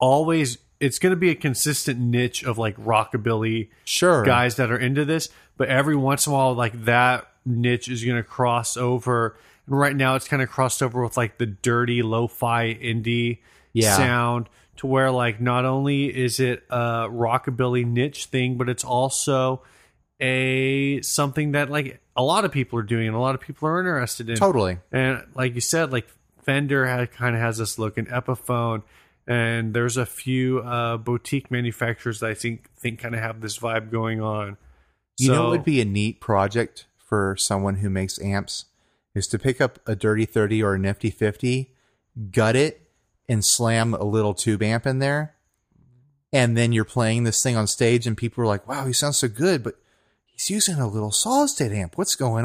always. It's going to be a consistent niche of like rockabilly,
sure.
guys that are into this, but every once in a while, like that niche is going to cross over. And right now, it's kind of crossed over with like the dirty lo-fi indie
Yeah.
sound, to where like not only is it a rockabilly niche thing, but it's also a something that like a lot of people are doing and a lot of people are interested in.
Totally.
And like you said, like Fender had, kind of has this look, and Epiphone, and there's a few uh, boutique manufacturers that I think think kind of have this vibe going on.
You know,
So-
it would be a neat project for someone who makes amps is to pick up a dirty 30 or a nifty 50, gut it, and slam a little tube amp in there. And then you're playing this thing on stage, and people are like, wow, he sounds so good, but he's using a little solid state amp. What's going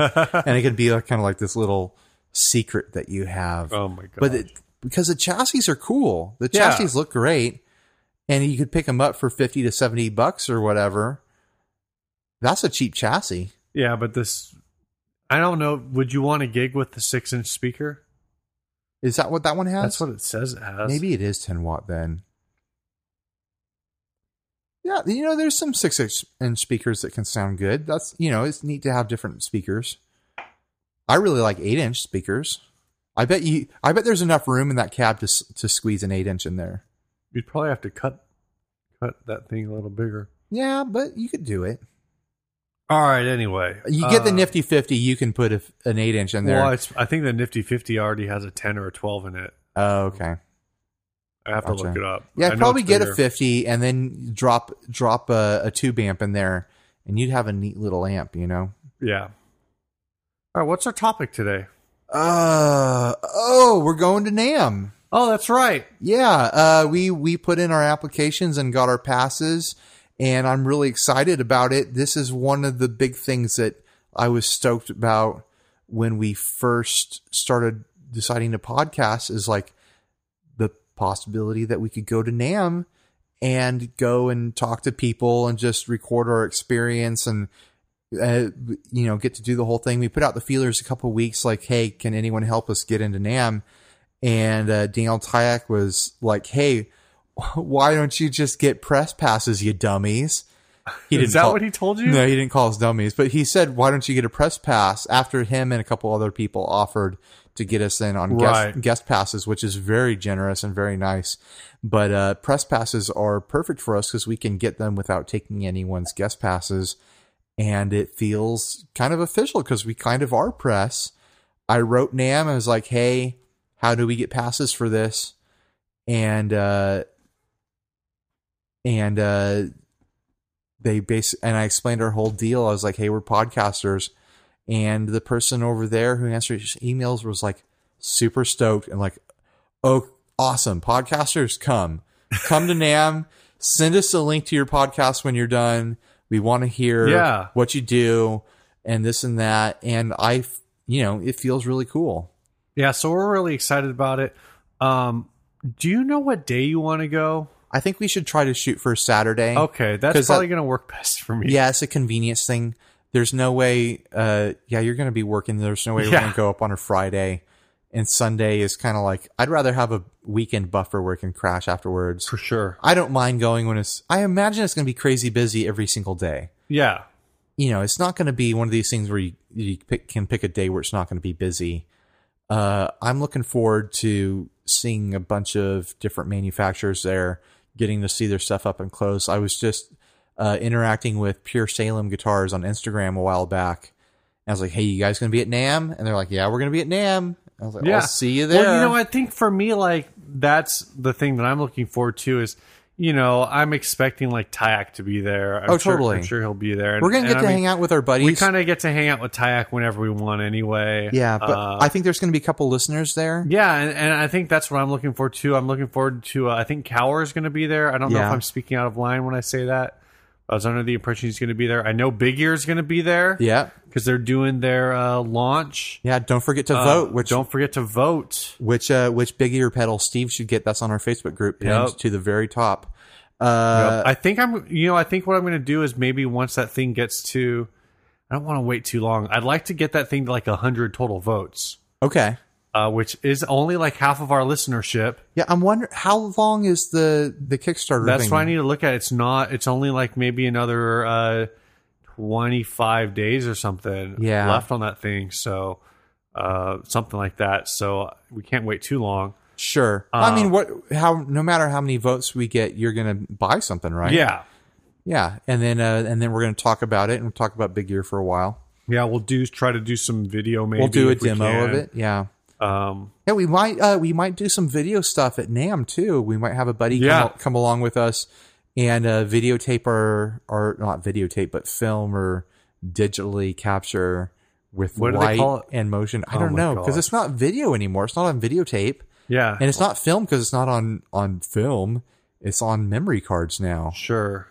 and it could be like, kind of like this little secret that you have.
oh my god!
but it, because the chassis are cool, the
Yeah.
chassis look great, and you could pick them up for fifty to seventy bucks or whatever. That's a cheap chassis.
yeah, but this, I don't know. Would you want to gig with the six inch speaker?
Is that what that one has?
That's what it says it has.
Maybe it is ten watt then. Yeah, you know, there's some six inch speakers that can sound good. That's you know, it's neat to have different speakers. I really like eight inch speakers. I bet you. I bet there's enough room in that cab to s- to squeeze an eight inch in there.
you'd probably have to cut cut that thing a little bigger.
Yeah, but you could do it.
All right. Anyway,
You get the
Uh,
nifty fifty. You can put a, an eight inch in there.
Well, it's, I think the Nifty Fifty already has a ten or a twelve in it.
oh, okay.
I have to
Gotcha.
look it up. I
Yeah,
know
probably
it's
get
bigger.
a fifty and then drop drop a, a tube amp in there, and you'd have a neat little amp. You know.
Yeah. All right. What's our topic today?
Uh oh, we're going to Nam.
Oh, that's right.
Yeah, uh, we we put in our applications and got our passes, and I'm really excited about it. This is one of the big things that I was stoked about when we first started deciding to podcast. Is like the possibility that we could go to Nam and go and talk to people and just record our experience and uh, you know get to do the whole thing. We put out the feelers a couple weeks, like, hey, can anyone help us get into Nam? and uh, Daniel Tyack was like, "Hey, why don't you just get press passes, you dummies?" He
Is that
call-
what he told you?
No, he didn't call us dummies, but he said, "Why don't you get a press pass?" After him and a couple other people offered to get us in on
Right.
guest, guest passes, which is very generous and very nice. But uh, press passes are perfect for us because we can get them without taking anyone's guest passes, and it feels kind of official because we kind of are press. I wrote Nam. I was like, "Hey, how do we get passes for this?" And uh, and uh, they base and I explained our whole deal. I was like, "Hey, we're podcasters," and the person over there who answered his emails was like super stoked and like, "Oh, awesome! Podcasters, come, come to Nam. Send us a link to your podcast when you're done. We want to hear
Yeah.
what you do and this and that." And I, f- you know, it feels really cool.
Yeah, so we're really excited about it. Um, do you know what day you want to go?
I think we should try to shoot for Saturday.
Okay, that's
'Cause that-
probably going to work best for me.
Yeah, it's a convenience thing. There's no way. Uh, yeah, you're going to be working. There's no way we're
Yeah.
going to go up on a Friday. And Sunday is kind of like I'd rather have a weekend buffer where it can crash afterwards.
for sure.
I don't mind going when it's. I imagine it's going to be crazy busy every single day.
Yeah,
You know, it's not going to be one of these things where you, you pick, can pick a day where it's not going to be busy. Uh, I'm looking forward to seeing a bunch of different manufacturers there, getting to see their stuff up and close. I was just uh, interacting with Pure Salem Guitars on Instagram a while back. And I was like, "Hey, you guys going to be at Nam?" And they're like, "Yeah, we're going to be at Nam." I was like,
yeah.
"I'll see you there."
Well, you know, I think for me, like that's the thing that I'm looking forward to is, you know, I'm expecting like Tyak to be there. I'm
Oh,
sure,
totally.
I'm sure he'll be there. And-
we're going
and
to get
I
to
mean,
hang out with our buddies.
We kind of get to hang out with Tyak whenever we want, anyway.
Yeah, but
Uh,
I think there's going to be a couple listeners there.
Yeah, and, and I think that's what I'm looking forward to. I'm looking forward to. Uh, I think Cower is going to be there. I don't know
Yeah.
if I'm speaking out of line when I say that. I was under the impression he's going to be there. I know Big Ear is going to be there
Yeah.
because they're doing their uh, launch.
Yeah, don't forget to
Uh,
vote, which
don't forget to vote.
which uh which big ear pedal Steve should get. That's on our Facebook group pinned
Yep.
to the very top. Uh
I think I'm. You know, I think what I'm going to do is maybe once that thing gets to. I don't want to wait too long. I'd like to get that thing to like hundred total votes,
okay.
uh, which is only like half of our listenership.
Yeah, I'm wondering how long is the the Kickstarter
That's
thing?
why I need to look at. it. It's not. It's only like maybe another uh, twenty five days or something
Yeah.
left on that thing. So uh, something like that. So we can't wait too long.
Sure. I
Uh,
mean, what how no matter how many votes we get, you're going to buy something, right?
Yeah,
Yeah. And then uh and then we're going to talk about it and we'll talk about big ear for a while.
yeah. We'll do try to do some video. Maybe
We'll do a
if we
demo of
can.
it. Yeah.
Um,
Yeah, we might uh, we might do some video stuff at Nam too. We might have a buddy
Yeah.
come, come along with us and uh, videotape or or not videotape, but film or digitally capture with
What do they
light
call it?
and motion. I
Oh
don't
my
know because
gosh. Oh.
it's not video anymore. It's not on videotape,
yeah,
and it's not film because it's not on on film. It's on memory cards now.
sure.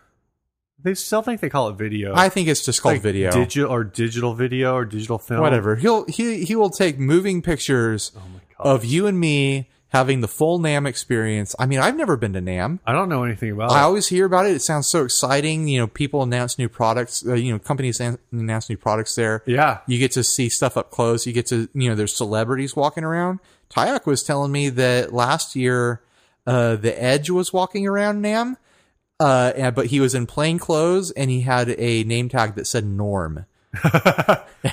They still think they call it video.
I think it's just called
Like
video.
digital or digital video or digital film.
Whatever. He'll he he will take moving pictures
Oh my god.
of you and me having the full Nam experience. I mean, I've never been to Nam.
I don't know anything about
I
it.
always hear about it. It sounds so exciting. You know, people announce new products. Uh, you know, companies an- announce new products there.
Yeah.
You get to see stuff up close. You get to, you know, there's celebrities walking around. Tayak was telling me that last year, uh, the Edge was walking around Nam, uh, and- but he was in plain clothes and he had a name tag that said Norm.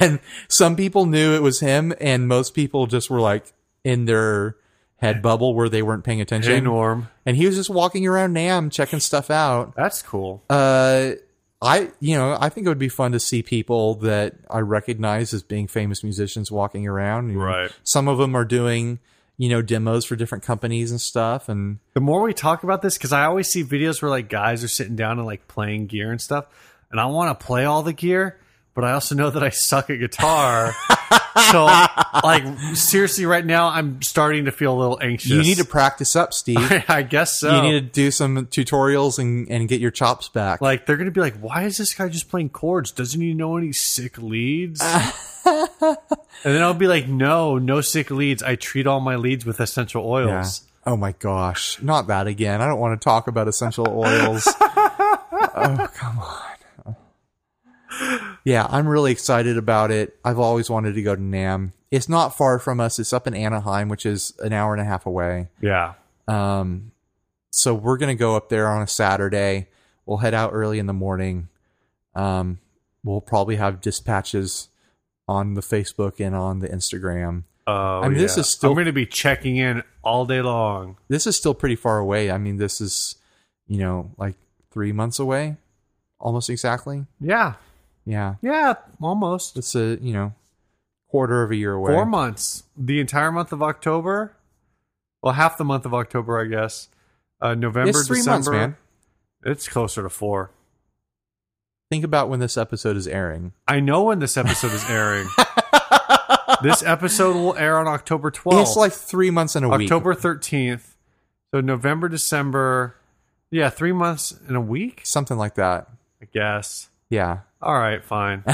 and some people knew it was him, and most people just were like in their head bubble where they weren't paying attention
Hey Norm,
and he was just walking around Nam checking stuff out.
that's cool.
Uh, I you know I think it would be fun to see people that I recognize as being famous musicians walking around. You know,
Right.
Some of them are doing you know demos for different companies and stuff, and
the more we talk about this, because I always see videos where like guys are sitting down and like playing gear and stuff, and I want to play all the gear, but I also know that I suck at guitar. so, like seriously, right now I'm starting to feel a little anxious.
you need to practice up, Steve.
I guess so.
You need to do some tutorials and and get your chops back.
like they're gonna be like, why is this guy just playing chords? Doesn't he know any sick leads? and then I'll be like, no, no sick leads. I treat all my leads with essential
Yeah.
oils.
Oh my gosh, not that again. I don't want to talk about essential oils. oh, come on. Yeah, I'm really excited about it. I've always wanted to go to NAM. It's not far from us. It's up in Anaheim, which is an hour and a half away.
Yeah.
Um, so we're going to go up there on a Saturday. We'll head out early in the morning. Um, we'll probably have dispatches on the Facebook and on the Instagram.
Oh,
I mean, this
yeah.
is still-
I'm going to be checking in all day long.
this is still pretty far away. I mean, this is, you know, like three months away, almost exactly.
Yeah,
Yeah,
yeah, almost
it's a you know quarter of a year away.
four months. The entire month of October, well, half the month of October, I guess. Uh, November,
It's three
December.
months, man.
It's closer to four.
Think about when this episode is airing.
I know when this episode is airing. this episode will air on October 12th,
it's like three months in a week.
October 13th. So November, December. Yeah, three months in a week,
something like that.
I guess.
Yeah.
All right, fine.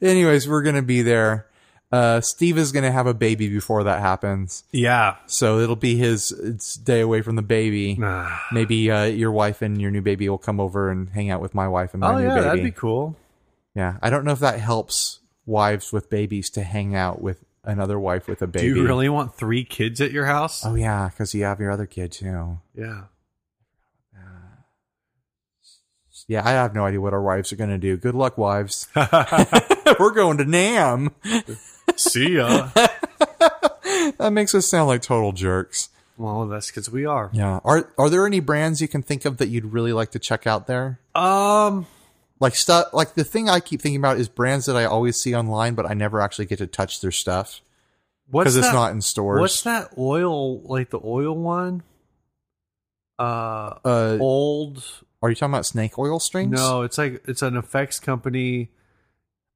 Anyways, we're gonna be there. Uh, Steve is gonna have a baby before that happens,
Yeah.
so it'll be his it's day away from the baby.
Ah.
Maybe uh, your wife and your new baby will come over and hang out with my wife and my
Oh
new
yeah,
baby.
that'd be cool.
Yeah, I don't know if that helps wives with babies to hang out with another wife with a baby.
Do you really want three kids at your house?
Oh yeah, because you have your other kid too.
Yeah.
Yeah, I have no idea what our wives are gonna do. Good luck, wives. We're going to Nam.
See ya.
That makes us sound like total jerks.
Well, that's because we are.
Yeah. Are are there any brands you can think of that you'd really like to check out there?
Um,
Like stuff like the thing I keep thinking about is brands that I always see online but I never actually get to touch their stuff.
what's
Because it's
that-
not in stores.
What's that oil? Like the oil one? Uh,
Uh,
old.
are you talking about snake oil strings?
No, it's like it's an effects company.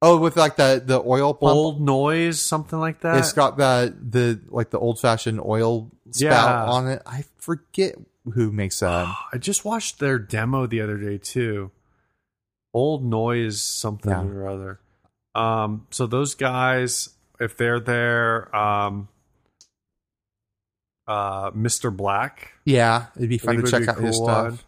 Oh, with like the, the oil pump
Old noise, something like that.
it's got that the like the old fashioned oil spout
Yeah.
on it. I forget who makes that.
I just watched their demo the other day too. Old noise something
Yeah.
or other. Um, so those guys, if they're there, um, uh, Mr. Black,
yeah, it'd be
I
fun to
think
check
would be
out his
cool
stuff.
one.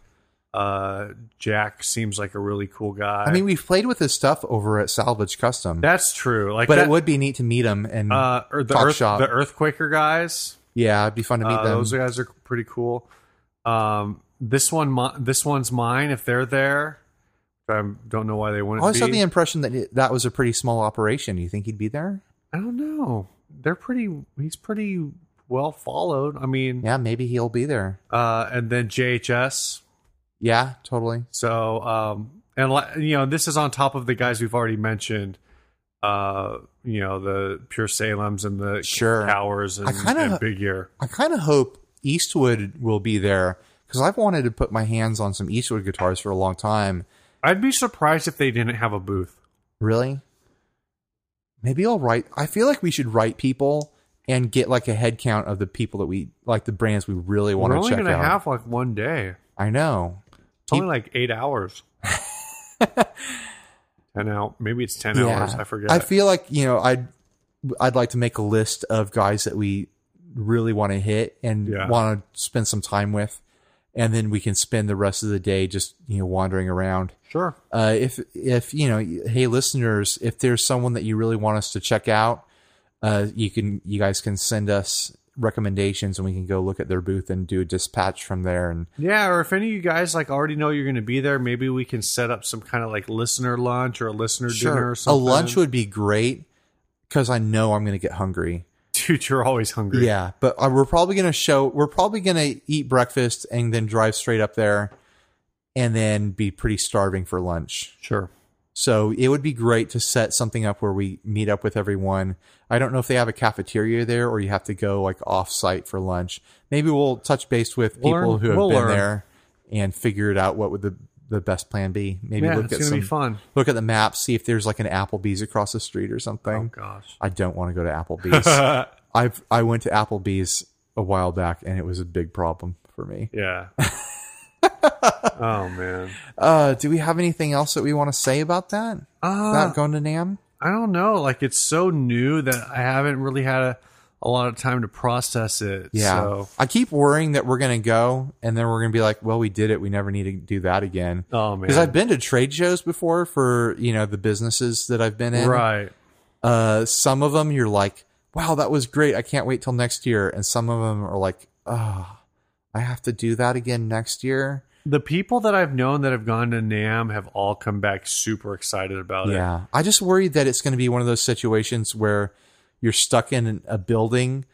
Uh, Jack seems like a really cool guy.
I mean, we've played with his stuff over at Salvage Custom,
that's true. Like,
but
that,
it would be neat to meet him. And
uh, or the
Talk
Earth,
Shop.
the Earthquaker guys.
yeah, it'd be fun to meet
Uh,
them.
those guys are pretty cool. Um, this one, mi- this one's mine. If they're there, I don't know why they
I
wouldn't.
always
be.
had the impression that it, that was a pretty small operation. You think he'd be there?
I don't know. They're pretty. He's pretty well followed. I mean,
Yeah, maybe he'll be there.
uh, and then JHS.
Yeah, totally.
So, um, and li- you know, this is on top of the guys we've already mentioned. Uh, you know, the Pure Salem's and the
Sure.
Towers and,
I kinda-
and Big Year.
I kind of hope Eastwood will be there because I've wanted to put my hands on some Eastwood guitars for a long time.
I'd be surprised if they didn't have a booth.
Really? Maybe I'll write. I feel like we should write people and get like a head count of the people that we like, the brands we really want
We're
to
only
check
gonna
out.
have like one day.
I know.
It's only like eight hours. ten hours. Maybe it's ten hours. I forget.
I feel like you know I'd I'd like to make a list of guys that we really want to hit and
Yeah.
want to spend some time with, and then we can spend the rest of the day just you know wandering around.
sure.
uh, if if you know hey listeners if there's someone that you really want us to check out uh, you can you guys can send us recommendations and we can go look at their booth and do a dispatch from there and
Yeah, or if any of you guys like already know you're going to be there, maybe we can set up some kind of like listener lunch or a listener dinner or
a
something.
lunch would be great because i know i'm gonna get hungry
dude, you're always hungry.
yeah but uh, we're probably gonna show we're probably gonna eat breakfast and then drive straight up there and then be pretty starving for lunch
sure.
So it would be great to set something up where we meet up with everyone. I don't know if they have a cafeteria there or you have to go like off site for lunch. Maybe we'll touch base with
We'll
people
learn-
who have
we'll
been
learn.
there and figure it out what would the, the best plan be. Maybe
yeah,
look
it's
at
going to
some
be fun.
look at the map, see if there's like an Applebee's across the street or
Oh
something.
gosh.
I don't want to go to Applebee's. I've I went to Applebee's a while back and it was a big problem for me.
yeah. oh man.
Uh, do we have anything else that we want to say about that?
Uh,
About going to Nam?
I don't know. Like it's so new that I haven't really had a, a lot of time to process it.
Yeah.
So,
I keep worrying that we're going to go and then we're going to be like, well, we did it. We never need to do that again.
oh
Because
man.
I've been to trade shows before for, you know, the businesses that I've been in.
right.
Uh, some of them you're like, wow, that was great. I can't wait till next year. And some of them are like, oh, I have to do that again next year.
The people that I've known that have gone to NAM have all come back super excited about it.
Yeah. I just worry that it's going to be one of those situations where you're stuck in a building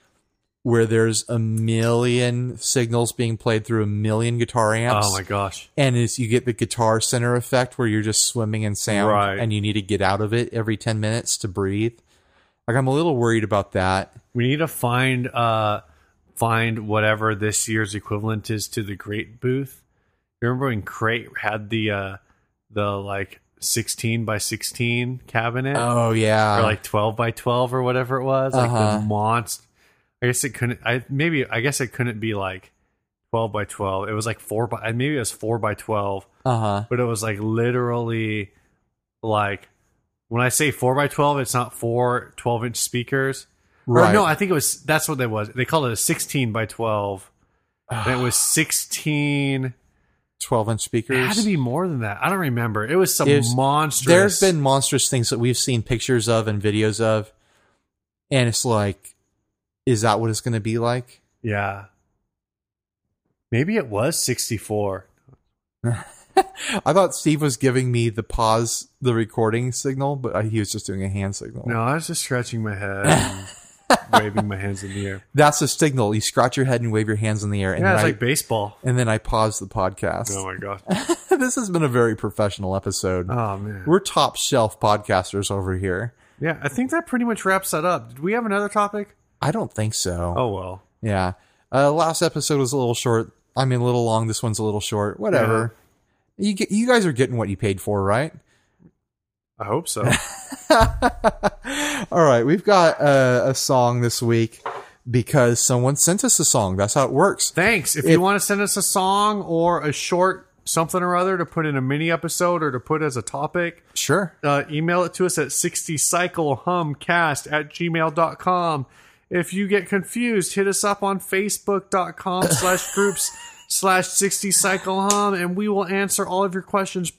where there's a million signals being played through a million guitar amps.
Oh my gosh.
and it's you get the guitar center effect where you're just swimming in sound
Right.
and you need to get out of it every 10 minutes to breathe like i'm a little worried about that
We need to find uh find whatever this year's equivalent is to the crate booth. You remember when crate had the uh the like sixteen by sixteen cabinet
oh yeah
or like twelve by twelve or whatever it was, like
Uh-huh.
the monster. I guess it couldn't. I maybe I guess it couldn't be like twelve by twelve. It was like four by maybe it was four by twelve,
uh-huh
but it was like literally like When I say four by twelve, it's not four 12 inch speakers. Or
Right.
no, I think it was that's what that was. They called it a sixteen by twelve. and it was sixteen.
12 inch speakers.
It had to be more than that. I don't remember. It was some
There's-
monstrous.
There's been monstrous things that we've seen pictures of and videos of, and it's like, is that what it's going to be like?
yeah. Maybe it was sixty four.
I thought Steve was giving me the pause, the recording signal, but I- he was just doing a hand signal.
No, I was just scratching my head, and waving my hands in the air.
That's a signal. You scratch your head and wave your hands in the air, and,
Yeah,
then,
it's
I,
like baseball.
and then I pause the podcast.
Oh my god.
this has been a very professional episode.
Oh man.
We're top shelf podcasters over here.
Yeah, I think that pretty much wraps that up. Did we have another topic?
I don't think so.
Oh well.
Yeah. Uh, last episode was a little short. I mean, a little long. This one's a little short. Whatever. You get, you guys are getting what you paid for, right?
I hope so.
All right, we've got uh, a song this week because someone sent us a song. That's how it works.
Thanks. If you want to send us a song or a short something or other to put in a mini episode or to put as a topic,
Sure.
uh, email it to us at 60cyclehumcast at gmail.com. If you get confused, hit us up on facebook.com slash groups slash 60cyclehum and we will answer all of your questions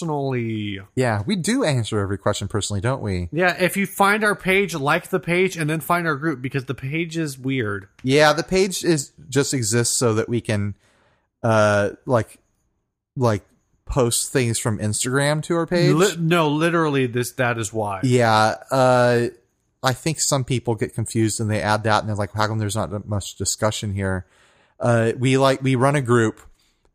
personally.
Yeah, we do answer every question personally, don't we?
Yeah, if you find our page, like the page and then find our group because the page is weird.
Yeah, the page is just exists so that we can, uh, like, like post things from Instagram to our page.
Li- no, literally this that is why.
Yeah, uh, I think some people get confused and they add that and they're like, "How come there's not much discussion here?" Uh, we like we run a group,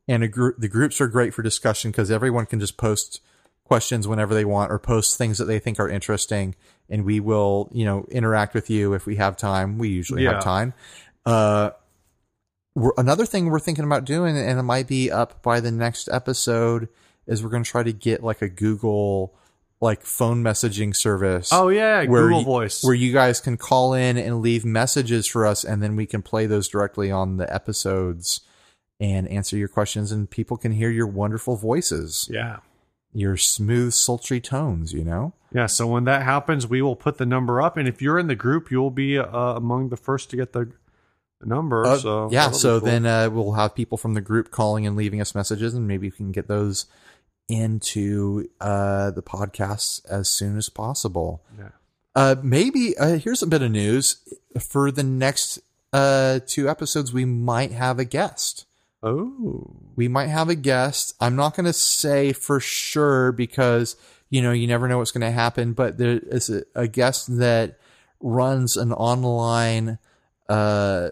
and a group the groups are great for discussion because everyone can just post questions whenever they want or post things that they think are interesting, and we will you know interact with you if we have time. We usually
Yeah.
have time. Uh, we're, another thing we're thinking about doing, and it might be up by the next episode, is we're going to try to get like a Google like phone messaging service.
Oh yeah,
where
Google
you-
Voice.
where you guys can call in and leave messages for us, and then we can play those directly on the episodes and answer your questions, and people can hear your wonderful voices,
yeah.
your smooth, sultry tones. You know,
Yeah, so when that happens, we will put the number up, and if you're in the group, you'll be uh, among the first to get the the number.
Uh,
so
yeah.
that'll be
So
cool.
then uh, we'll have people from the group calling and leaving us messages, and maybe we can get those into uh, the podcast as soon as possible.
Yeah.
Uh, maybe uh, here's a bit of news for the next uh, two episodes. We might have a guest.
oh
we might have a guest. I'm not going to say for sure because you know you never know what's going to happen. But there is a, a guest that runs an online, uh,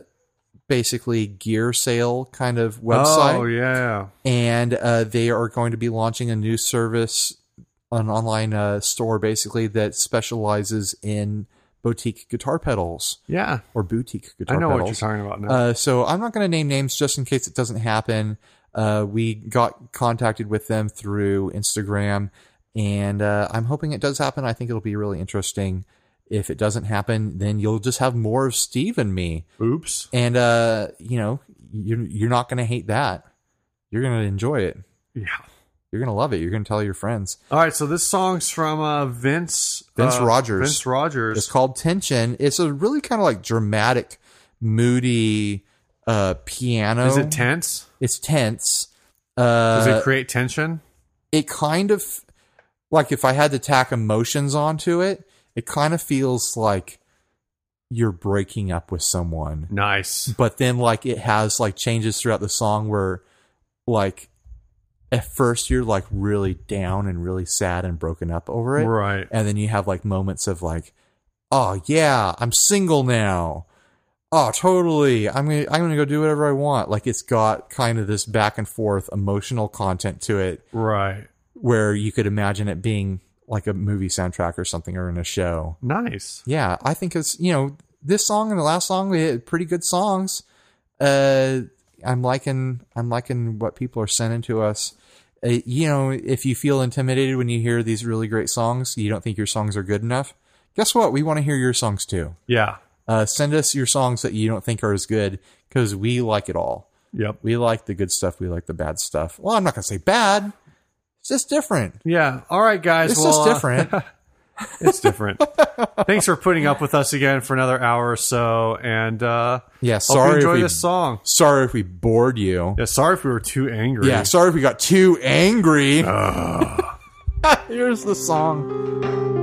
basically gear sale kind of website,
oh yeah,
and uh, they are going to be launching a new service, an online uh, store basically that specializes in boutique guitar pedals
yeah.
or boutique
I
guitar.
know what
pedals.
you're talking about now.
Uh, so I'm not going to name names just in case it doesn't happen. Uh, we got contacted with them through Instagram, and uh, I'm hoping it does happen. I think it'll be really interesting. If it doesn't happen, then you'll just have more of Steve and me,
Oops.
and uh, you know you're you're not going to hate that. You're going to enjoy it.
Yeah.
You're going to love it. You're going to tell your friends.
All right. So this song's from uh, Vince
Vince
uh,
Rogers.
Vince Rogers.
It's called Tension. It's a really kind of like dramatic, moody uh, piano.
Is it tense?
It's tense. Uh,
Does it create tension?
it kind of like if I had to tack emotions onto it, it kind of feels like you're breaking up with someone.
Nice.
But then like it has like changes throughout the song where like at first you're like really down and really sad and broken up over it.
Right.
And then you have like moments of like, oh yeah, I'm single now. Oh, totally. I'm gonna I'm gonna go do whatever I want. Like it's got kind of this back and forth emotional content to it
Right.
where you could imagine it being like a movie soundtrack or something or in a show.
Nice.
Yeah, I think it's you know this song and the last song they had pretty good songs. Uh, I'm liking I'm liking what people are sending to us. Uh, you know, if you feel intimidated when you hear these really great songs, you don't think your songs are good enough. Guess what? We want to hear your songs too.
Yeah.
Uh, send us your songs that you don't think are as good because we like it all.
Yep.
We like the good stuff. We like the bad stuff. Well, I'm not gonna say bad. It's just different.
Yeah. All right, guys.
It's
well,
just
uh,
different.
It's different. Thanks for putting up with us again for another hour or so. And uh,
Yeah,
hope you
sorry if
enjoy
we
this song.
sorry if we bored you.
Yeah, sorry if we were too angry.
Yeah, sorry if we got too angry. Here's the song.